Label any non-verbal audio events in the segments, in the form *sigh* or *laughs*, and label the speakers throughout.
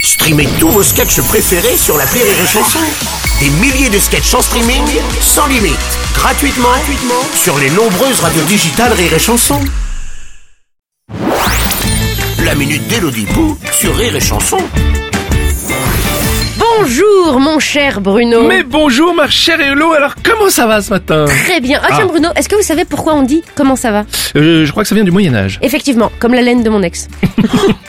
Speaker 1: Streamez tous vos sketchs préférés sur la Rire et Chanson. Des milliers de sketchs en streaming, sans limite, gratuitement, gratuitement sur les nombreuses radios digitales Rire et Chanson. La minute d'Elodie Pou sur Rire et Chanson.
Speaker 2: Bonjour mon cher Bruno.
Speaker 3: Mais bonjour ma chère Hello, alors comment ça va ce matin
Speaker 2: Très bien. Ah tiens
Speaker 3: Ah.
Speaker 2: Bruno, est-ce que vous savez pourquoi on dit comment ça va
Speaker 3: *laughs* Euh, Je crois que ça vient du Moyen Âge.
Speaker 2: Effectivement, comme la laine de mon
Speaker 3: *laughs*
Speaker 2: ex.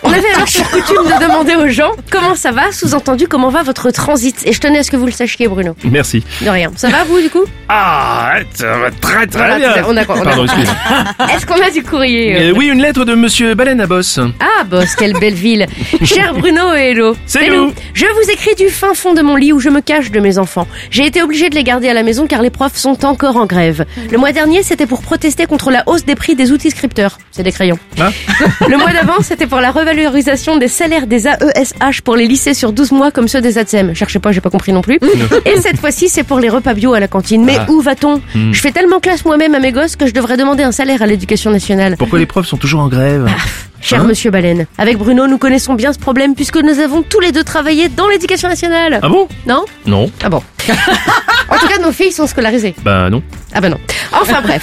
Speaker 2: on avait alors pour coutume de demander aux gens comment ça va, sous-entendu comment va votre transit. Et je tenais à ce que vous le sachiez Bruno.
Speaker 3: Merci.
Speaker 2: De rien. Ça va vous du coup
Speaker 3: Ah, ça va très très
Speaker 2: Voilà,
Speaker 3: bien.
Speaker 2: on a- on a-
Speaker 3: Pardon, excusez-moi.
Speaker 2: Est-ce qu'on a du courrier *laughs* euh
Speaker 3: Euh, oui, une lettre de Monsieur Baleine à Boss.
Speaker 2: Ah boss, quelle belle ville. Cher Bruno et Hello.
Speaker 3: C'est
Speaker 2: Hello.
Speaker 3: nous.
Speaker 2: Je vous écris du fin fond de mon lit où je me cache de mes enfants. J'ai été obligée de les garder à la maison car les profs sont encore en grève. Le mois dernier, c'était pour protester contre la hausse des prix des outils scripteurs. C'est des crayons.
Speaker 3: Hein
Speaker 2: Le mois d'avant, c'était pour la revalorisation des salaires des AESH pour les lycées sur 12 mois comme ceux des ATSEM. Cherchez pas, j'ai pas compris non plus. Et cette fois-ci, c'est pour les repas bio à la cantine. Mais
Speaker 3: Mm. Ah.
Speaker 2: où va-t-on Je fais tellement classe moi-même à mes gosses que je devrais demander un salaire à l'éducation nationale. Ah,
Speaker 3: Pourquoi les profs sont toujours en grève
Speaker 2: Cher
Speaker 3: Hein
Speaker 2: monsieur Baleine, avec Bruno, nous connaissons bien ce problème puisque nous avons tous les deux travaillé dans l'éducation nationale.
Speaker 3: Ah bon
Speaker 2: Non
Speaker 3: Non.
Speaker 2: Ah
Speaker 3: *laughs*
Speaker 2: bon. en tout cas, nos filles sont scolarisées.
Speaker 3: Bah non.
Speaker 2: Ah ben non. Enfin
Speaker 3: *laughs*
Speaker 2: bref.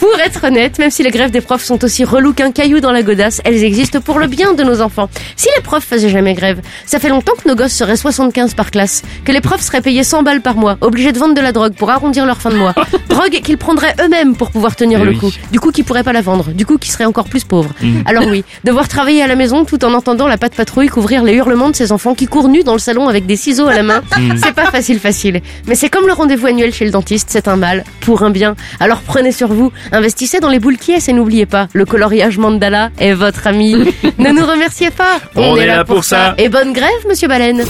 Speaker 2: Pour être honnête, même si les grèves des profs sont aussi reloues qu'un caillou dans la godasse, elles existent pour le bien de nos enfants. Si les profs faisaient jamais grève, ça fait longtemps que nos gosses seraient 75 par classe, que les profs seraient payés 100 balles par mois, obligés de vendre de la drogue pour arrondir leur fin de
Speaker 3: *laughs*
Speaker 2: mois. Drogue qu'ils prendraient eux-mêmes pour pouvoir tenir
Speaker 3: Eh
Speaker 2: le
Speaker 3: oui. Mm.
Speaker 2: coup. Du coup, qu'ils pourraient pas la vendre. Du coup, qu'ils seraient encore plus pauvres. Alors oui, devoir travailler à la maison tout en entendant la patte patrouille couvrir les hurlements de ces enfants qui courent nus dans le salon avec des ciseaux à la main,
Speaker 3: Mm.
Speaker 2: c'est pas facile facile. Mais c'est comme le rendez-vous annuel chez le dentiste, c'est un mal pour un bien. Alors prenez sur vous, investissez dans les boules qui est et n'oubliez pas, le coloriage mandala est
Speaker 3: *laughs*
Speaker 2: votre ami. ne nous remerciez pas.
Speaker 3: On est là pour ça.
Speaker 2: Et bonne grève, monsieur Baleine.